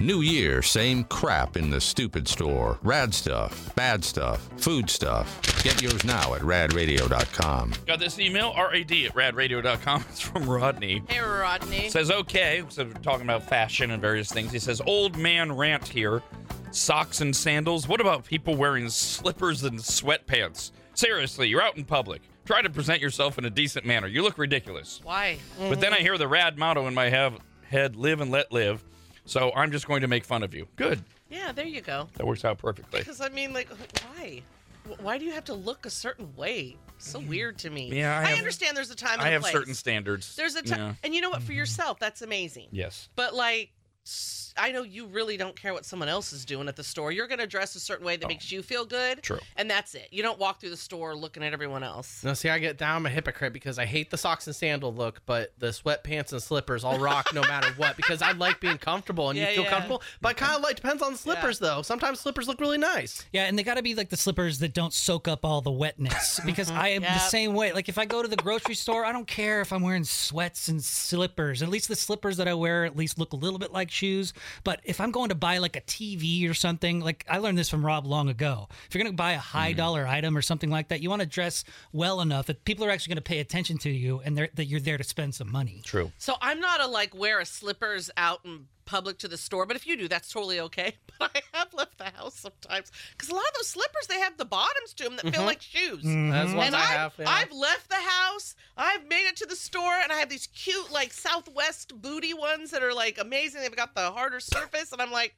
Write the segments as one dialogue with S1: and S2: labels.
S1: New year, same crap in the stupid store. Rad stuff, bad stuff, food stuff. Get yours now at radradio.com.
S2: Got this email, rad at radradio.com. It's from Rodney.
S3: Hey, Rodney.
S2: Says, okay. So we're talking about fashion and various things. He says, old man rant here. Socks and sandals. What about people wearing slippers and sweatpants? Seriously, you're out in public. Try to present yourself in a decent manner. You look ridiculous.
S3: Why?
S2: But
S3: Mm-hmm.
S2: then I hear the rad motto in my hev- head live and let live. So I'm just going to make fun of you. Good.
S3: Yeah, there you go.
S2: That works out perfectly.
S3: Because I mean, like, why? Wh- Why do you have to look a certain way? So weird to me.
S2: Mm-hmm. Yeah, I have-
S3: understand. There's a time. And
S2: I
S3: a
S2: have
S3: place.
S2: certain standards.
S3: There's a time,
S2: Yeah. Mm-hmm.
S3: and you know what? For yourself, that's amazing.
S2: Yes.
S3: But like, s- I know you really don't care what someone else is doing at the store. You're gonna dress a certain way that makes you feel good.
S2: Oh. True.
S3: And that's it. You don't walk through the store looking at everyone else.
S4: No, see, I get down. I'm a hypocrite because I hate the socks and sandal look, but the sweatpants and slippers I'll rock no matter what because I like being comfortable and
S3: Yeah,
S4: you feel
S3: yeah.
S4: comfortable. But kind of like depends on the slippers though. Sometimes slippers look really nice.
S5: Yeah, and they got to be like the slippers that don't soak up all the wetness because I am the
S3: Yep.
S5: same way. Like if I go to the grocery store, I don't care if I'm wearing sweats and slippers. At least the slippers that I wear at least look a little bit like shoes. But if I'm going to buy like a TV or something, like I learned this from Rob long ago. If you're going to buy a high dollar item or something like that, you want to dress well enough that people are actually going to pay attention to you and they're, that you're there to spend some money.
S2: True.
S3: So I'm not a like wear a slippers out in public to the store, but if you do, that's totally okay. But I have left the house sometimes because a lot of those slippers they have the bottoms to them that feel like shoes.
S4: That's Mm-hmm. Mm, ones
S3: Mm-hmm. And
S4: I
S3: I've,
S4: have. yeah.
S3: I've left the house. I've made it to the store, and I have these cute, like Southwest booty ones that are like amazing. They've got the harder surface, and I'm like,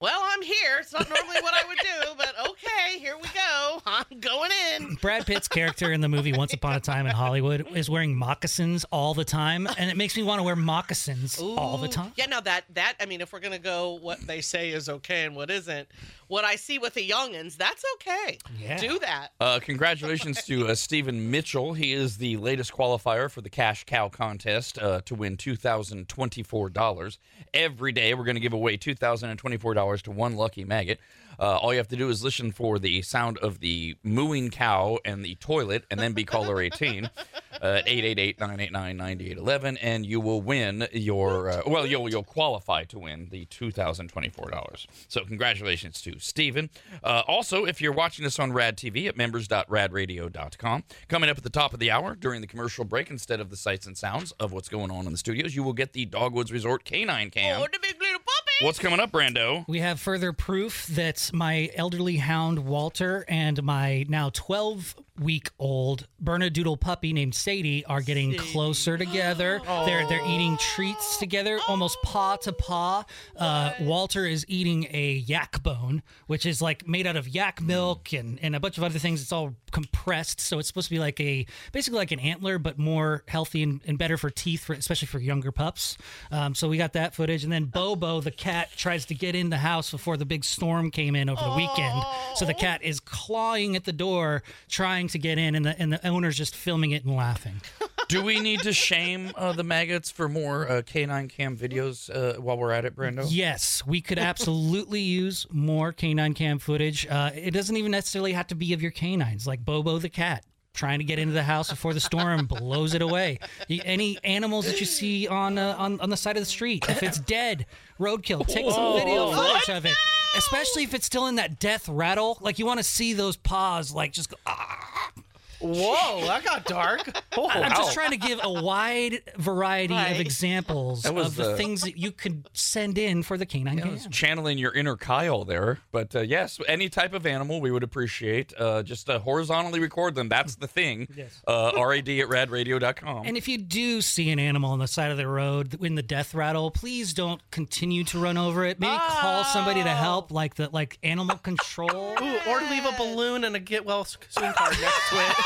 S3: "Well, I'm here. It's not normally what I would do, but okay, here we go. I'm going in."
S5: Brad Pitt's character in the movie Once Upon a Time in Hollywood is wearing moccasins all the time, and it makes me want to wear moccasins all the
S3: Ooh.
S5: time.
S3: Yeah, now that that I mean, if we're gonna go what they say is okay and what isn't, what I see with the youngins, that's okay.
S5: Yeah.
S3: Do that.
S2: Uh, congratulations to uh, Stephen Mitchell. He is the latest qualifier for the Cash Cow contest uh, to win $2,024. Every day, we're going to give away $2,024 to one lucky maggot. Uh, all you have to do is listen for the sound of the mooing cow and the toilet, and then be caller 18 uh, at 888 989 9811, and you will win your, uh, well, you'll, you'll qualify to win the $2,024. So, congratulations to Steven. Uh, also, if you're watching us on Rad TV at members.radradio.com, coming up at the top of the hour during the commercial break, instead of the sights and sounds of what's going on in the studios, you will get the Dogwoods Resort Canine Cam.
S3: Oh, the big little puppy.
S2: What's coming up, Brando?
S5: We have further proof that my elderly hound Walter and my now 12 week old Bernedoodle puppy named Sadie are getting closer together. They're they're eating treats together, almost paw to paw. Uh, Walter is eating a yak bone, which is like made out of yak milk and, and a bunch of other things. It's all compressed, so it's supposed to be like a basically like an antler, but more healthy and, and better for teeth, for, especially for younger pups. Um, so we got that footage, and then Bobo the cat tries to get in the house before the big storm came in over the weekend. So the cat is clawing at the door, trying to get in, and the and the owner's just filming it and laughing.
S2: Do we need to shame uh, the maggots for more uh, Canine Cam videos uh, while we're at it, Brando?
S5: Yes, we could absolutely use more canine cam footage. Uh, it doesn't even necessarily have to be of your canines, like Bobo the cat trying to get into the house before the storm blows it away. Y- Any animals that you see on, uh, on on the side of the street, if it's dead, roadkill, take some video footage of it. Especially if it's still in that death rattle, like you want to see those paws, like just go, "Ah."
S4: Whoa, that got dark. Oh,
S5: I'm just trying to give a wide variety of
S3: Right.
S5: examples
S2: That was
S5: of the
S2: the-
S5: things that you could send in for the canine cam.
S2: channeling your inner Kyle there. But uh, yes, any type of animal we would appreciate. Uh, just uh, horizontally record them. That's the thing. Yes. Uh, RAD at radradio.com.
S5: And if you do see an animal on the side of the road in the death rattle, please don't continue to run over it. Maybe call somebody to help, like the like animal control.
S4: Ooh, or leave a balloon and a get well soon card next to it.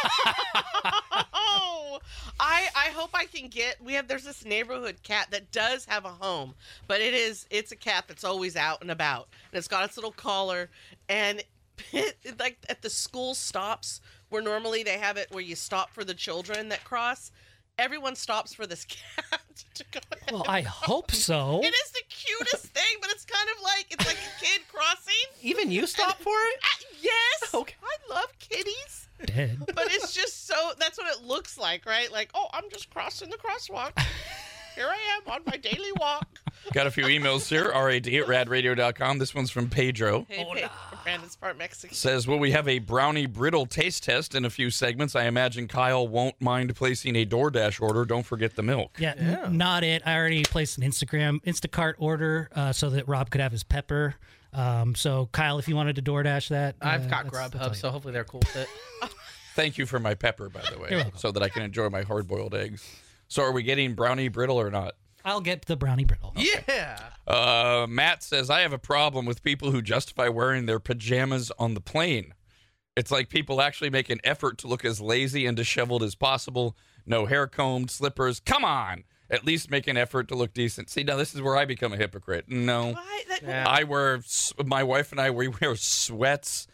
S3: Oh, I I hope I can get. We have there's this neighborhood cat that does have a home, but it is it's a cat that's always out and about, and it's got its little collar, and it, like at the school stops where normally they have it where you stop for the children that cross. Everyone stops for this cat to go. in.
S5: Well, I hope so.
S3: It is the cutest thing, but it's kind of like it's like a kid crossing.
S4: Even you stop for it?
S3: Uh, Yes,
S4: Okay.
S3: I love kitties.
S5: Dead.
S3: But it's just so that's what it looks like, right? Like, oh, I'm just crossing the crosswalk. Here I am on my daily walk.
S2: Got a few emails here. RAD at radradio.com. This one's from Pedro.
S3: Hey, hey, Brandon's part Mexican.
S2: Says, Will we have a brownie brittle taste test in a few segments? I imagine Kyle won't mind placing a DoorDash order. Don't forget the milk.
S5: Yeah, n- not it. I already placed an Instagram Instacart order uh, so that Rob could have his pepper. Um, so Kyle, if you wanted to DoorDash that, uh,
S4: I've got
S5: that's- that's all
S4: Grubhub,
S5: you-
S4: so hopefully they're cool with it.
S2: Thank you for my pepper, by the way, so that I can enjoy my hard boiled eggs. So, are we getting brownie brittle or not?
S5: I'll get the brownie brittle.
S4: Yeah.
S2: Uh, Matt says, I have a problem with people who justify wearing their pajamas on the plane. It's like people actually make an effort to look as lazy and disheveled as possible. No hair combed, slippers. Come on. At least make an effort to look decent. See, now this is where I become a hypocrite. No.
S3: Why? That,
S2: I wear, s- my wife and I, we wear sweats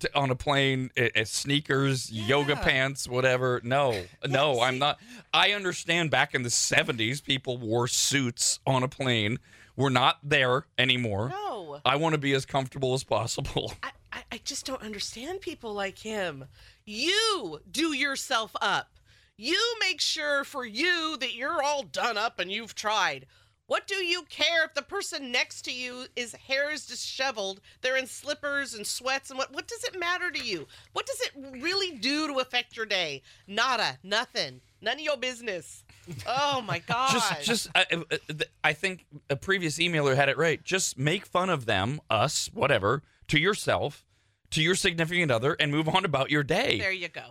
S2: to, on a plane, eh, eh, sneakers, yoga pants, whatever. No, no, I'm not. I understand back in the 70s, people wore suits on a plane. We're not there anymore.
S3: No.
S2: I want to be as comfortable as possible.
S3: I, I, I just don't understand people like him. You do yourself up. You make sure for you that you're all done up and you've tried. What do you care if the person next to you is hair is disheveled, they're in slippers and sweats and what what does it matter to you? What does it really do to affect your day? Nada, nothing. None of your business. Oh my god.
S2: Just, just, I, I- I think a previous emailer had it right. Just make fun of them, us, whatever, to yourself, to your significant other, and move on about your day.
S3: there you go.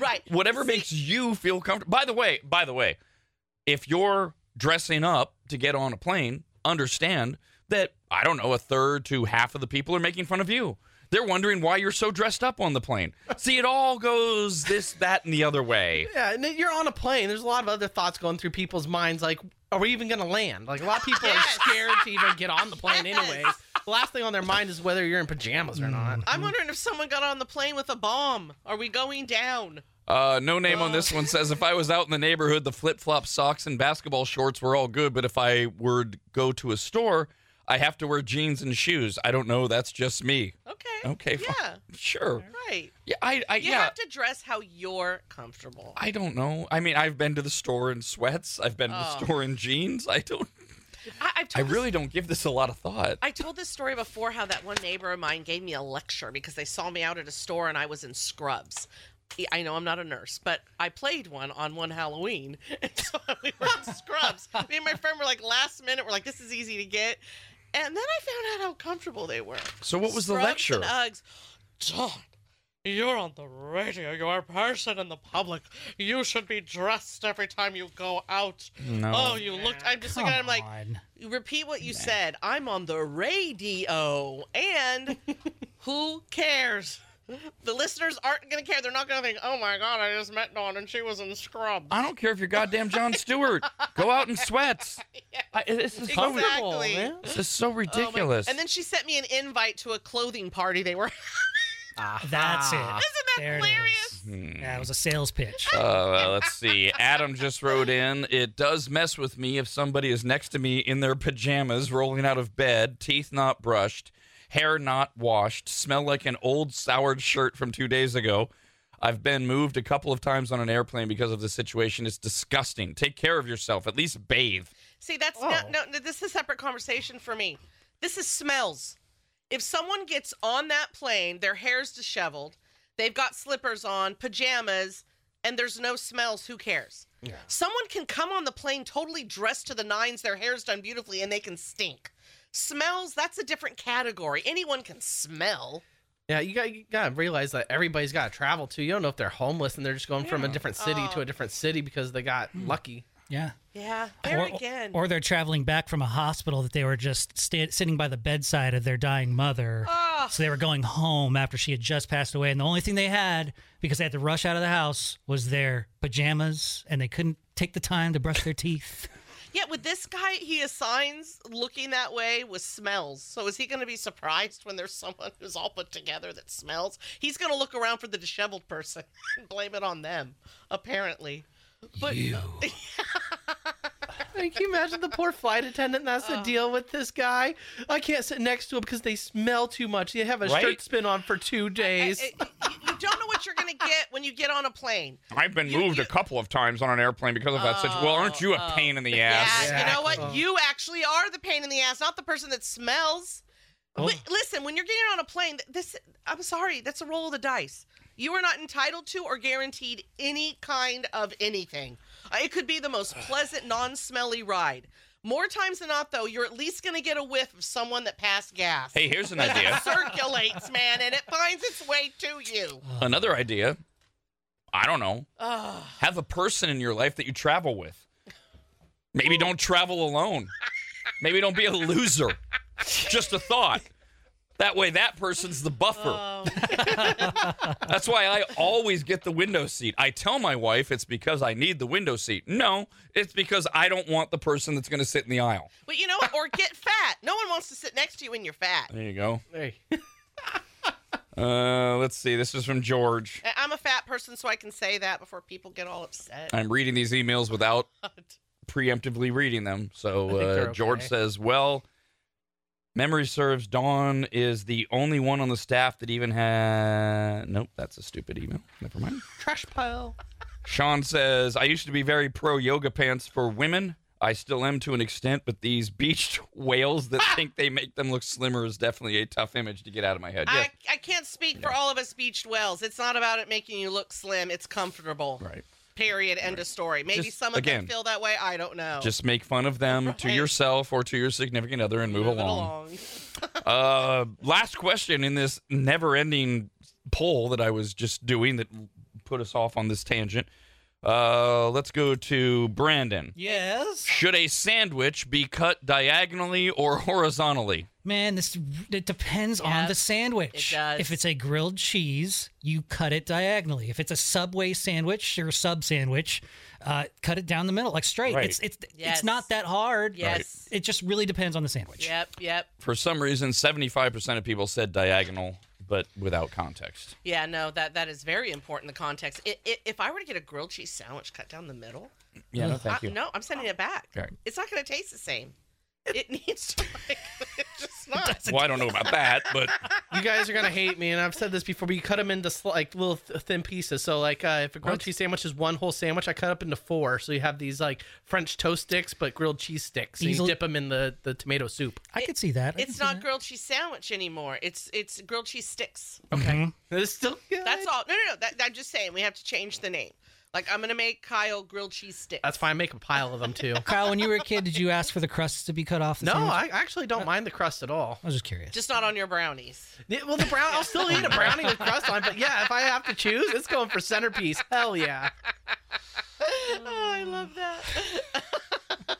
S3: right.
S2: whatever
S3: See,
S2: makes you feel comfortable. By the way, by the way, if you're dressing up to get on a plane, understand that I don't know a third to half of the people are making fun of you. They're wondering why you're so dressed up on the plane. See, it all goes this, that, and the other way.
S4: Yeah, and then you're on a plane. There's a lot of other thoughts going through people's minds, like, are we even going to land? Like, a lot of people
S3: Yes.
S4: are scared to even get on the plane,
S3: Yes.
S4: anyways. The last thing on their mind is whether you're in pajamas or not.
S3: I'm wondering if someone got on the plane with a bomb. Are we going down?
S2: Uh, no name on this one says if I was out in the neighborhood, the flip flop socks and basketball shorts were all good, but if I were to go to a store, I have to wear jeans and shoes. I don't know. That's just me.
S3: Okay.
S2: Okay, fine.
S3: Yeah.
S2: Sure.
S3: Right.
S2: Yeah, I, I
S3: You
S2: yeah.
S3: have to dress how you're comfortable.
S2: I don't know. I mean, I've been to the store in sweats. I've been to the
S3: Oh.
S2: store in jeans. I don't.
S3: I, I've
S2: I
S3: told this-
S2: really don't give this a lot of thought.
S3: I told this story before how that one neighbor of mine gave me a lecture because they saw me out at a store and I was in scrubs. Yeah, I know I'm not a nurse, but I played one on one Halloween. And so we were in scrubs. Me and my friend were like, last minute, we're like, this is easy to get. And then I found out how comfortable they were.
S2: So what was the
S3: Scrubs
S2: lecture?
S3: And Uggs. John, you're on the radio. You're a person in the public. You should be dressed every time you go out.
S2: No.
S3: Oh, you looked. I'm just
S5: Come
S3: looking at him like,
S5: on.
S3: you repeat what you said. I'm on the radio, and who cares? The listeners aren't gonna care. They're not gonna think, "Oh my God, I just met Dawn and she was in scrubs."
S2: I don't care if you're goddamn John Stewart. Go out in sweats. I, this is so,
S3: Exactly.
S4: man.
S2: this is so
S3: Oh my-
S2: ridiculous.
S3: and then she sent me an invite to a clothing party. They were.
S5: That's it. Isn't
S3: that hilarious?
S5: Yeah, it was a sales pitch.
S2: uh, let's see. Adam just wrote in. It does mess with me if somebody is next to me in their pajamas, rolling out of bed, teeth not brushed, hair not washed, smell like an old soured shirt from two days ago. I've been moved a couple of times on an airplane because of the situation. It's disgusting. Take care of yourself. At least bathe.
S3: See, that's not, no, no, this is a separate conversation for me. This is smells. If someone gets on that plane, their hair's disheveled, they've got slippers on, pajamas, and there's no smells, who cares? Someone can come on the plane totally dressed to the nines, their hair's done beautifully, and they can stink. Smells, that's a different category. Anyone can smell.
S4: Yeah, you got you got to realize that everybody's got to travel too. You don't know if they're homeless and they're just going from a different city to a different city because they got lucky.
S5: Yeah.
S3: Yeah, there
S5: or,
S3: again.
S5: or they're traveling back from a hospital that they were just sta sitting by the bedside of their dying mother. So they were going home after she had just passed away. And the only thing they had, because they had to rush out of the house, was their pajamas and they couldn't take the time to brush their teeth.
S3: yeah, with this guy, he assigns looking that way with smells. So is he going to be surprised when there's someone who's all put together that smells? He's going to look around for the disheveled person and blame it on them, apparently. But
S4: Like, Can you imagine the poor flight attendant that's the deal with this guy? I can't sit next to him because they smell too much. They have a
S2: Right?
S4: shirt spin on for two days.
S3: I- I- Eh, you don't know what what you're gonna get when you get on a plane.
S2: I've been moved a couple of times on an airplane because of that situation. Well, aren't you a pain in
S3: oh.
S2: the ass?
S3: Yeah, you know what?
S4: Exactly.
S3: You actually are the pain in the ass, not the person that smells.
S5: Oh.
S3: Wait, listen, when you're getting on a plane, th- this I'm sorry, that's a roll of the dice. You are not entitled to or guaranteed any kind of anything. Uh, It could be the most pleasant, non-smelly ride. More times than not, though, you're at least going to get a whiff of someone that passed gas.
S2: Hey, here's an
S3: It
S2: idea.
S3: circulates, man, and it finds its way to you.
S2: Another idea. I don't know.
S3: Ugh.
S2: Have a person in your life that you travel with. Maybe don't travel alone. Maybe don't be a loser. Just a thought. That way, that person's the buffer. That's why I always get the window seat. I tell my wife it's because I need the window seat. No, it's because I don't want the person that's going to sit in the aisle.
S3: But you know what? Or get fat. No one wants to sit next to you when you're fat.
S2: There you go.
S4: Hey.
S2: Uh, let's see. This is from George.
S3: I- I'm a fat person, so I can say that before people get all upset.
S2: I'm reading these emails without preemptively reading them. So
S4: think
S2: uh,
S4: they're
S2: George
S4: okay.
S2: says, "Well, memory serves. Dawn is the only one on the staff that even had. Nope, that's a stupid email. Never mind."
S4: Trash pile.
S2: Sean says, I used to be very pro yoga pants for women. I still am to an extent, but these beached whales that think they make them look slimmer is definitely a tough image to get out of my head. Yeah.
S3: I, I can't speak for all of us beached whales. It's not about it making you look slim. It's comfortable.
S2: Right.
S3: Period. End of story. Maybe
S2: Just-
S3: some of
S2: again,
S3: them feel that way. I don't know.
S2: Just make fun of them to
S3: Right.
S2: yourself or to your significant other and move,
S3: Move it
S2: along. Uh, last question in this never ending poll that I was just doing that put us off on this tangent. Uh, let's go to Brandon.
S5: Yes.
S2: Should a sandwich be cut diagonally or horizontally?
S5: Man, this it depends on
S3: Yes,
S5: the sandwich.
S3: it does.
S5: If it's a grilled cheese, you cut it diagonally. If it's a Subway sandwich or sub sandwich, uh, cut it down the middle, like straight.
S2: Right.
S5: It's it's
S3: Yes.
S5: it's not that hard.
S3: Yes.
S5: It just really depends on the sandwich.
S3: Yep. Yep.
S2: for some reason, 75% of people said diagonal, but without context.
S3: Yeah. No. That that is very important. The context. I i if I were to get a grilled cheese sandwich cut down the middle,
S2: Yeah, no,
S3: I- no, I'm sending it back.
S2: Right.
S3: It's not going to taste the same. It needs to. Like, it's just not.
S2: Well, I don't know about that, but
S4: You guys are gonna hate me, and I've said this before. But you cut them into sli- like little th- thin pieces. So like, uh, if a grilled cheese sandwich is one whole sandwich, I cut up into four. So you have these like French toast sticks, but grilled cheese sticks. So
S5: Easily-
S4: you dip them in the the tomato soup.
S5: I could see that. I could
S3: It's
S5: see
S3: not
S5: that.
S3: grilled cheese sandwich anymore. It's it's grilled cheese sticks.
S4: It's still good.
S3: That's all. No, no, no. That, I'm just saying we have to change the name. Like I'm gonna make Kyle grilled cheese sticks.
S4: That's fine. Make a pile of them too.
S5: Kyle, when you were a kid, did you ask for the crusts to be cut off? The
S4: No,
S5: sandwich?
S4: I actually don't mind the crust at all.
S5: I was just curious.
S3: Just not on your brownies.
S4: Yeah, Well, the brown, I'll still eat a brownie with crust on, but yeah, if I have to choose, it's going for centerpiece. Hell yeah.
S3: Oh, I love that.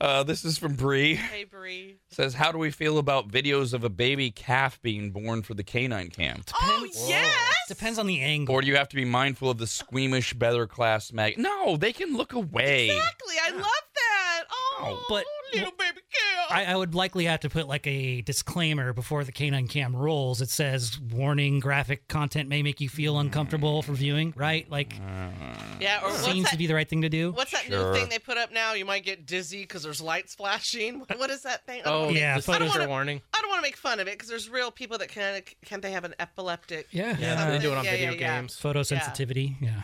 S2: uh, this is from Bree.
S3: Hey Bree.
S2: Says, how do we feel about videos of a baby calf being born for the canine camp?
S3: Oh yes.
S5: Depends on the angle.
S2: Or do you have to be mindful of the squeamish better class mag? No, they can look away.
S3: Exactly. I love that. Oh,
S5: But-
S3: little baby girl.
S5: I, I would likely have to put like a disclaimer before the canine cam rolls. It says, "Warning: Graphic content may make you feel
S2: Hmm.
S5: uncomfortable for viewing." Right? Like,
S2: Uh-huh.
S3: yeah. Or what's
S5: seems
S3: that?
S5: to be the right thing to do.
S3: What's that
S2: Sure.
S3: new thing they put up now? You might get dizzy because there's lights flashing. What- What is that thing? I don't
S4: Oh,
S3: wanna-
S5: yeah,
S4: yeah. The
S5: photos
S4: photos
S3: are
S4: are warning.
S3: I don't want to make fun of it because there's real people that kind of can't they have an epileptic?
S5: Yeah.
S4: Yeah, they do it on
S3: Yeah,
S4: video
S3: yeah, yeah.
S4: games.
S5: Photosensitivity. Yeah.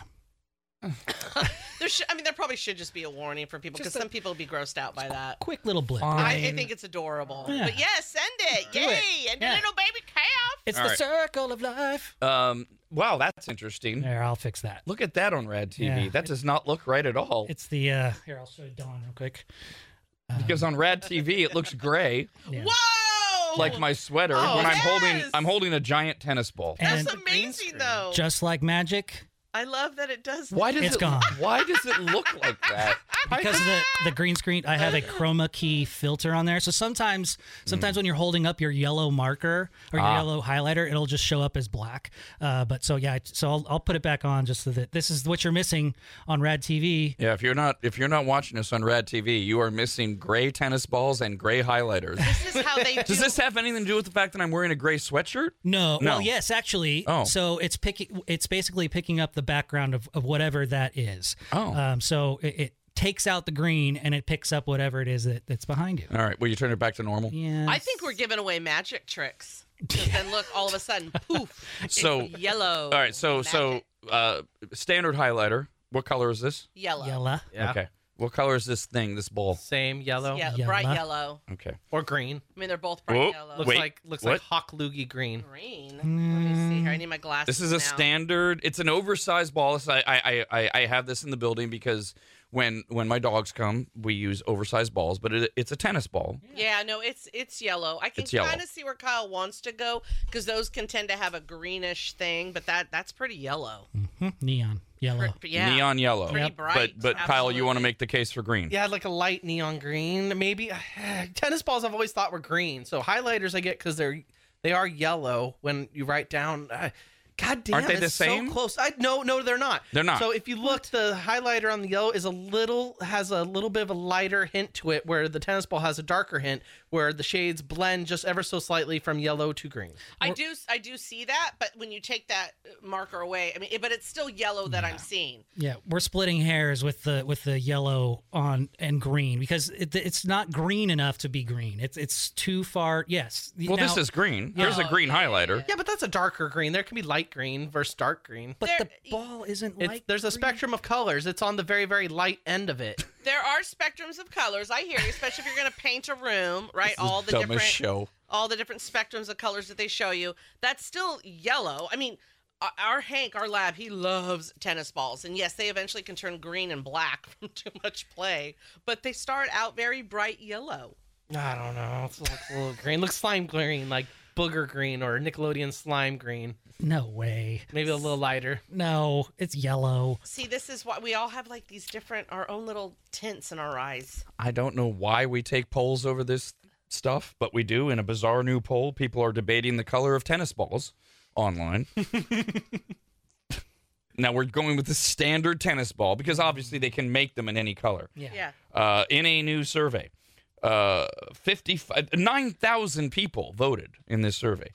S3: There should, I mean, there probably should just be a warning for people because some people would be grossed out by that.
S5: Quick little blip.
S3: I, I
S2: Fine.
S3: think it's adorable.
S5: Yeah.
S3: But yes, send it.
S5: Do
S3: Yay!
S5: it.
S3: And
S5: Yeah.
S3: your little baby calf.
S5: It's
S2: All
S5: the
S2: right.
S5: circle of life.
S2: Um, wow, that's interesting.
S5: There, I'll fix that.
S2: Look at that on Rad TV.
S5: Yeah.
S2: That does not look right at all.
S5: It's the uh here, I'll show Dawn real quick.
S2: Because on Rad TV, it looks gray,
S5: Yeah.
S3: Whoa!
S2: like my sweater.
S3: Oh,
S2: when I'm holding,
S3: yes.
S2: I'm holding a giant tennis ball.
S5: And
S3: That's amazing, though.
S5: just like magic,
S3: I love that it does.
S2: Why does
S5: It's
S2: it,
S5: gone.
S2: Why does it look like that?
S5: because of the, the green screen, I have a chroma key filter on there. So sometimes sometimes
S2: Hmm.
S5: when you're holding up your yellow marker or
S2: Ah.
S5: your yellow highlighter, it'll just show up as black. Uh, but so yeah, I- so I'll, I'll put it back on just so that this is what you're missing on Rad TV.
S2: Yeah, if you're not if you're not watching us on Rad TV, you are missing gray tennis balls and gray highlighters.
S3: This is how they do.
S2: Does this have anything to do with the fact that I'm wearing a gray sweatshirt?
S5: No,
S2: No.
S5: Well, yes, actually.
S2: Oh.
S5: So it's picking. It's basically picking up the background of, of whatever that is.
S2: Oh.
S5: Um, so it, it takes out the green and it picks up whatever it is that, that's behind you.
S2: All right. Will you turn it back to normal?
S5: Yeah.
S3: I think we're giving away magic tricks. 'Cause Then look, all of a sudden, poof, it's
S2: So-
S3: yellow.
S2: All right. So
S3: Magic.
S2: so uh, standard highlighter. What color is this?
S3: yellow,
S5: Yella.
S4: Yeah.
S2: Okay. What color is this thing? This ball?
S4: Same yellow
S3: yeah, bright
S5: Yellow.
S3: yellow.
S2: Okay.
S4: or green.
S3: I mean, they're both bright
S2: Whoa.
S3: yellow.
S4: Looks
S2: Wait,
S4: like looks
S2: what?
S4: like hawk loogie green.
S3: green. Let me see here. I need my glasses.
S2: This is a
S3: now.
S2: standard. It's an oversized ball. It's- I, I, I, I have this in the building because when when my dogs come, we use oversized balls. But it, it's a tennis ball.
S3: Yeah, no, it's it's yellow. I can
S2: It's yellow.
S3: kind of see where Kyle wants to go because those can tend to have a greenish thing, but that that's pretty yellow.
S5: Hmm, Neon. Yellow.
S3: Pre- yeah.
S2: Neon yellow.
S3: Pretty Yep. bright,
S2: But but Kyle, you want
S3: absolutely.
S2: to make the case for green.
S4: Yeah, like a light neon green. Maybe tennis balls I've always thought were green. So highlighters I get because they're they are yellow when you write down. Uh, God damn,
S2: Aren't they the
S4: it's
S2: same?
S4: So close. I no no they're not.
S2: They're not.
S4: So if you look, the highlighter on the yellow is a little has a little bit of a lighter hint to it, where the tennis ball has a darker hint, where the shades blend just ever so slightly from yellow to green.
S3: I do I do see that, but when you take that uh, marker away, I mean, it, but it's still yellow that I'm seeing.
S5: Yeah, we're splitting hairs with the with the yellow on and green because it, it's not green enough to be green. It's it's too far. Yes.
S2: Well,
S5: Now-
S2: this is green. Here's a
S3: Oh,
S2: green
S3: yeah, yeah,
S2: highlighter.
S4: Yeah, but that's a darker green. There can be light green versus dark green.
S5: But
S3: There-
S5: the ball isn't
S4: It's,
S5: like
S4: there's a
S5: green.
S4: spectrum of colors. It's on the very very light end of it.
S3: There are spectrums of colors. I hear you, especially if you're going to paint a room, right? all the
S2: dumbest
S3: different
S2: show.
S3: all the different spectrums of colors that they show you. That's still yellow. I mean, our- our Hank, our lab, he loves tennis balls, and yes, they eventually can turn green and black from too much play, but they start out very bright yellow.
S4: I don't know. It looks a little green. Looks slime green, like booger green or Nickelodeon slime green.
S5: No way.
S4: Maybe a little lighter.
S5: No, it's yellow.
S3: See, this is why we all have like these different, our own little tints in our eyes.
S2: I don't know why we take polls over this stuff, but we do. In a bizarre new poll, people are debating the color of tennis balls online. now we're going with the standard tennis ball because obviously they can make them in any color.
S5: Yeah.
S3: Yeah.
S2: Uh, in a new survey, uh, 55 9,000 people voted in this survey.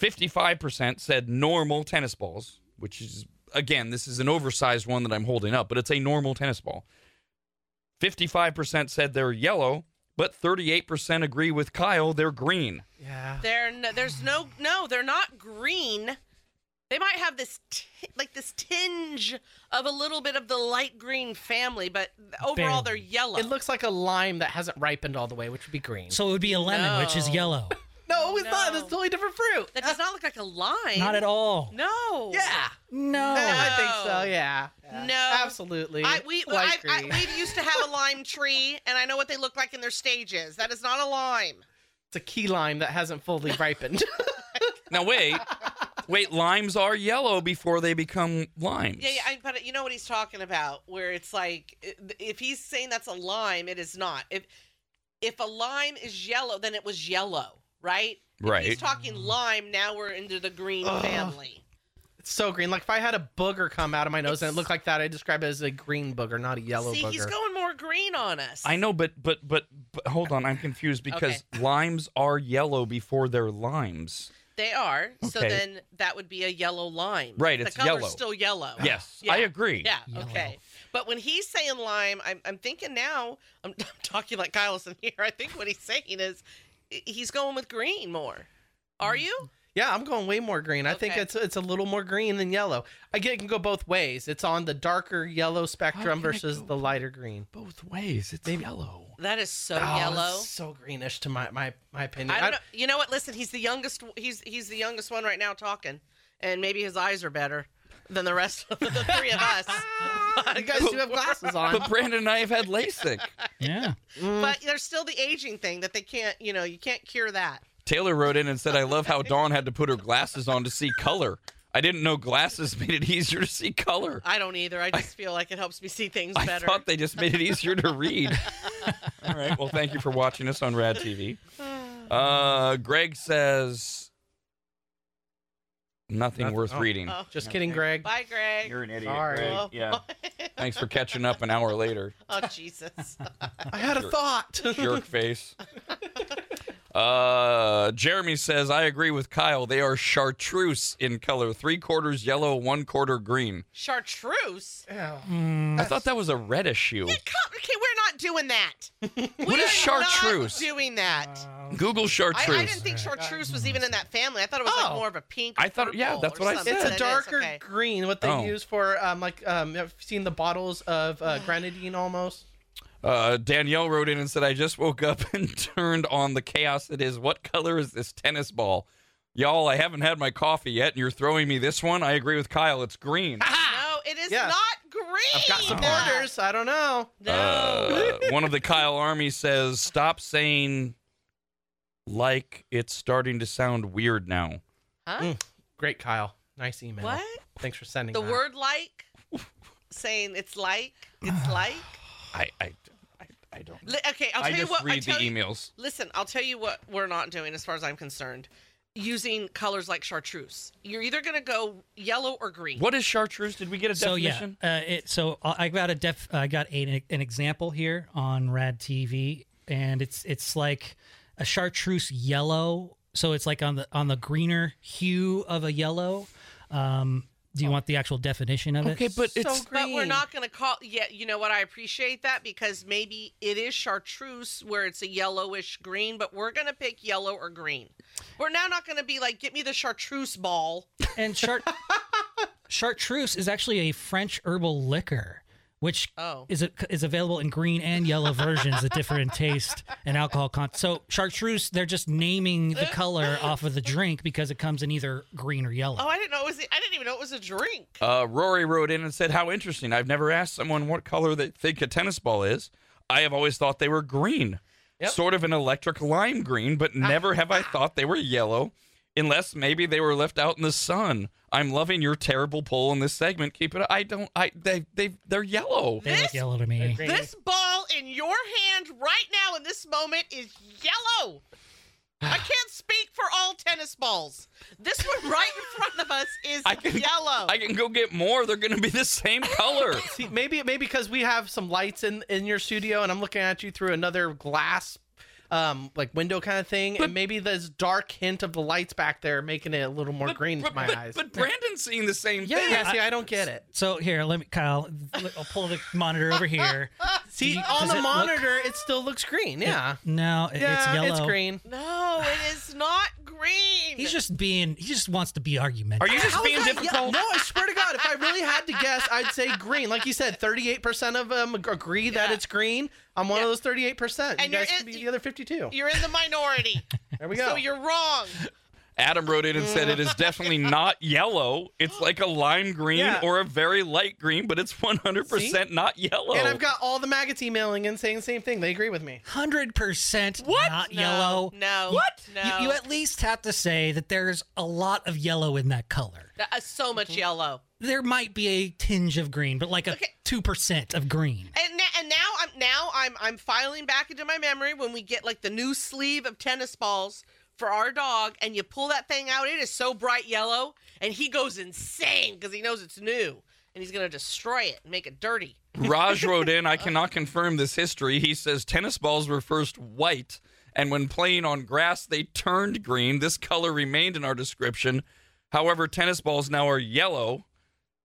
S2: 55% said normal tennis balls, which is, again, this is an oversized one that I'm holding up, but it's a normal tennis ball. 55% said they're yellow, but 38% agree with Kyle, they're green.
S4: Yeah.
S3: They're no, there's no no, they're not green. They might have this ti- like this tinge of a little bit of the light green family, but overall
S5: Barely.
S3: they're yellow.
S4: It looks like a lime that hasn't ripened all the way, which would be green.
S5: So it would be a lemon, which is
S3: No.
S5: yellow.
S4: no, it's not.
S3: No.
S4: It's a totally different fruit.
S3: that does not look like a lime.
S5: Not at all.
S3: No.
S4: Yeah. No,
S5: No.
S4: I think so. Yeah.
S3: No.
S4: Absolutely.
S3: I, we I,
S4: Light
S3: I,
S4: green.
S3: we used to have a lime tree, and I know what they look like in their stages. That is not a lime.
S4: it's a key lime that hasn't fully ripened.
S2: Now, wait, wait, limes are yellow before they become limes.
S3: Yeah, yeah I, but uh, you know what he's talking about, where it's like i- if he's saying that's a lime, it is not. If if a lime is yellow, then it was yellow, right? He's
S2: right.
S3: talking lime. Now we're into the green
S4: Ugh.
S3: family.
S4: it's so green. Like if I had a booger come out of my nose and
S3: It's-
S4: it looked like that, I'd describe it as a green booger, not a yellow
S3: See,
S4: booger.
S3: he's going more green on us.
S2: I know, but, but but but hold on, I'm confused because limes are yellow before they're limes.
S3: They are. So
S2: Okay.
S3: then that would be a yellow lime.
S2: Right,
S3: The
S2: it's
S3: color's
S2: yellow.
S3: Still yellow.
S2: Yes,
S3: Yeah.
S2: I agree.
S3: Yeah.
S5: Yellow.
S3: Okay. But when he's saying lime, I'm, I'm thinking now. I'm, I'm talking like Kyleson here. I think what he's saying is i- he's going with green more. Are you?
S4: Yeah, I'm going way more green. I think
S3: Okay.
S4: it's it's a little more green than yellow. I get it can go both ways. It's on the darker yellow spectrum
S2: can it
S4: versus
S2: go
S4: the lighter green.
S2: Both ways, it's yellow.
S3: That is so
S4: Oh,
S3: yellow.
S4: it's so greenish to my my my opinion.
S3: I don't know. You know what? Listen, he's the youngest. He's he's the youngest one right now talking, and maybe his eyes are better than the rest of the three of us.
S4: You guys do have glasses on.
S2: But Brandon and I have had LASIK.
S5: Yeah.
S2: Mm.
S3: But there's still the aging thing that they can't. You know, you can't cure that.
S2: Taylor wrote in and said, "I love how Dawn had to put her glasses on to see color. I didn't know glasses made it easier to see color.
S3: I don't either. I just feel like it helps me see things
S2: I
S3: better.
S2: thought they just made it easier to read." All right. Well, thank you for watching us on Rad TV. Uh, Greg says nothing,
S4: Nothing-
S2: worth
S4: oh.
S2: reading.
S3: Oh.
S4: Just kidding, Greg.
S3: Bye, Greg.
S6: You're an idiot.
S4: Sorry.
S6: Greg.
S3: Oh.
S6: Yeah.
S2: Thanks for catching up an hour later.
S3: oh Jesus.
S4: I had a thought.
S2: jerk face. Uh, Jeremy says, I agree with Kyle. They are chartreuse in color, three quarters yellow, one quarter green.
S3: Chartreuse? Okay,
S2: I thought that was a reddish hue.
S3: we're not doing that.
S2: What
S3: We're
S2: is chartreuse?
S3: Not doing that.
S2: Google
S3: I,
S2: chartreuse.
S3: I didn't think chartreuse was even in that family. I thought it was like
S4: Oh.
S3: more of a pink.
S2: I thought- yeah,
S3: purple
S2: that's
S3: or
S2: what I
S3: something,
S2: said.
S3: but
S4: It's
S3: it
S4: a
S3: is,
S4: darker
S3: okay.
S4: green. What they
S2: Oh.
S4: use for um like um I've seen the bottles of uh, grenadine almost.
S2: Uh, Danielle wrote in and said, I just woke up and turned on the chaos that is. What color is this tennis ball? Y'all, I haven't had my coffee yet, and you're throwing me this one. I agree with Kyle. It's green.
S3: No, it is
S4: Yeah.
S3: not green. I've
S4: Got supporters. I don't know.
S3: No.
S2: Uh, one of the Kyle Army says, "Stop saying like it's starting to sound weird now."
S3: Huh?
S4: Great, Kyle. Nice email.
S3: What?
S4: Thanks for sending
S3: The
S4: that.
S3: word like? Saying it's like? It's like?
S2: I I I, I don't. Know.
S3: Li- Okay, I'll
S2: I
S3: tell you
S2: just
S3: what. I
S2: read the
S3: tell you,
S2: emails.
S3: Listen, I'll tell you what we're not doing as far as I'm concerned. Using colors like chartreuse. You're either going to go yellow or green.
S2: What is chartreuse? Did we get a
S5: So yeah,
S2: definition?
S5: uh, it, so I I got a def, I got a, an example here on Rad TV, and it's it's like a chartreuse yellow. So it's like on the on the greener hue of a yellow. Um, do you want the actual definition of it?
S2: Oh. Okay, but it's
S3: But we're not going to call. Yeah, you know what? I appreciate that because maybe it is chartreuse where it's a yellowish green, but we're going to pick yellow or green. We're now not going to be like, get me the chartreuse ball.
S5: and chart chartreuse is actually a French herbal liquor, which
S3: Oh.
S5: is a, is available in green and yellow versions that differ in taste and alcohol content. So chartreuse, they're just naming the color off of the drink because it comes in either green or yellow.
S3: Oh, I didn't know it was. I didn't even know it was a drink.
S2: Uh, Rory wrote in and said, "How interesting! I've never asked someone what color they think a tennis ball is. I have always thought they were green, sort of an electric lime green, but
S4: Ah.
S2: never have I thought they were yellow, unless maybe they were left out in the sun." I'm loving your terrible poll in this segment. Keep it. I don't. I they they they're yellow.
S5: they look
S3: this-
S5: yellow to me.
S4: Green.
S3: This ball in your hand right now in this moment is yellow. I can't speak for all tennis balls. This one right in front of us is
S2: I can-
S3: yellow.
S2: I can go get more. They're going to be the same color.
S4: See, maybe maybe because we have some lights in in your studio, and I'm looking at you through another glass, um, like window kind of thing, and maybe this dark hint of the lights back there making it a little more green
S2: but,
S4: to my
S2: but,
S4: eyes.
S2: but Brandon's seeing the same
S4: yeah,
S2: thing.
S4: see, I don't get it.
S5: So here, let me, Kyle. l- I'll pull the monitor over here.
S4: See,
S5: you-
S4: on
S5: does it
S4: the
S5: look-
S4: monitor, it still looks green. Yeah,
S5: No, it-
S4: yeah,
S5: it's yellow.
S4: green.
S3: no, it is not green.
S5: He's just being. He just wants to be argumentative.
S2: Are you just
S4: How
S2: being
S4: is that
S2: difficult?
S4: ye- No, I swear to God, if I really had to guess, I'd say green. Like you said, 38% of them ag- agree that it's green. I'm one of those 38%.
S3: And
S4: you
S3: you're
S4: guys
S3: in-
S4: could be the other 52.
S3: You're in the minority.
S4: There we go.
S3: so you're wrong.
S2: Adam wrote in and
S4: Mm.
S2: said it is definitely not yellow. It's like a lime green
S4: Yeah.
S2: or a very light green, but it's 100% not yellow.
S3: Oh.
S4: and I've got all the maggots emailing and saying the same thing. They agree with me.
S5: Hundred percent
S2: What?
S5: not
S3: No,
S5: yellow.
S3: No.
S5: What?
S3: No.
S5: You, you at least have to say that there's a lot of yellow in that color.
S3: That is so much yellow.
S5: There might be a tinge of green, but like a
S3: Okay.
S5: two percent of green.
S3: And, na- and now I'm now I'm I'm filing back into my memory when we get like the new sleeve of tennis balls for our dog, and you pull that thing out, it is so bright yellow, and he goes insane because he knows it's new, and he's gonna destroy it and make it dirty.
S2: Raj wrote in, I cannot confirm this history. He says tennis balls were first white, and when playing on grass, they turned green. This color remained in our description. However, tennis balls now are yellow,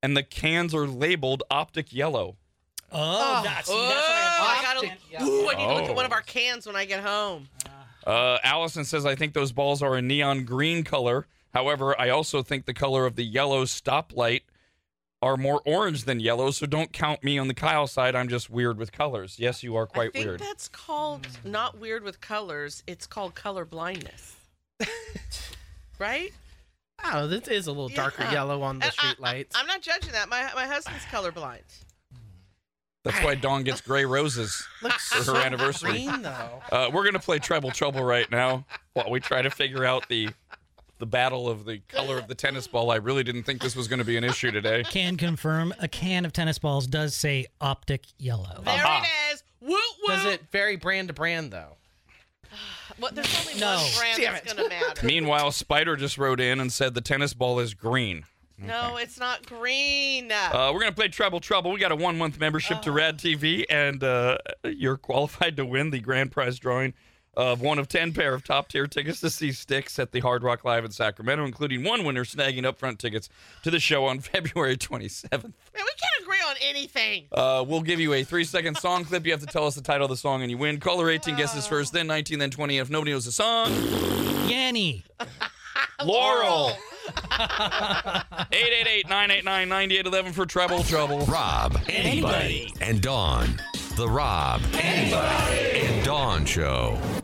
S2: and the cans are labeled optic yellow.
S5: Oh, that's, that's what
S3: Oh,
S5: I
S3: I gotta. Ooh, I need to look at one of
S4: Oh.
S3: our cans when I get home.
S2: Uh, Allison says, I think those balls are a neon green color. However, I also think the color of the yellow stoplight are more orange than yellow, so don't count me on the Kyle side. I'm just weird with colors. Yes, you are
S3: I
S2: quite
S3: think
S2: weird.
S3: that's called not weird with colors. It's called color blindness. right?
S4: I don't know. Oh, This is a little darker
S3: Yeah.
S4: yellow on the
S3: And I-
S4: street lights.
S3: I, am not judging that. My my husband's colorblind.
S2: That's why Dawn gets gray roses
S4: Looks
S2: for her anniversary.
S4: green, though.
S2: Uh, we're going to play Treble Trouble right now while we try to figure out the. The battle of the color of the tennis ball. I really didn't think this was going to be an issue today.
S5: can confirm a can of tennis balls does say optic yellow.
S3: There
S2: Aha.
S3: it is. Woo woo.
S4: Does it vary brand to brand, though?
S3: Well, there's only
S5: No.
S3: one brand
S4: Damn
S3: that's
S4: it.
S3: gonna matter.
S2: Meanwhile, Spider just wrote in and said the tennis ball is green.
S3: No, it's not green.
S2: Uh, we're gonna play Treble Trouble. We got a one month membership to Rad TV, and uh, you're qualified to win the grand prize drawing of one of 10 pair of top tier tickets to see Sticks at the Hard Rock Live in Sacramento, including one winner snagging upfront tickets to the show on February 27th.
S3: Man, we can't agree on anything.
S2: Uh, we'll give you a three second song clip. You have to tell us the title of the song and you win. Caller 18 guesses first, then 19, then 20. If nobody knows the song,
S5: Yanny.
S2: Laurel. 888 989 9811 for Treble Trouble.
S1: Rob, anybody, and Dawn. The Rob, anybody, and Dawn Show.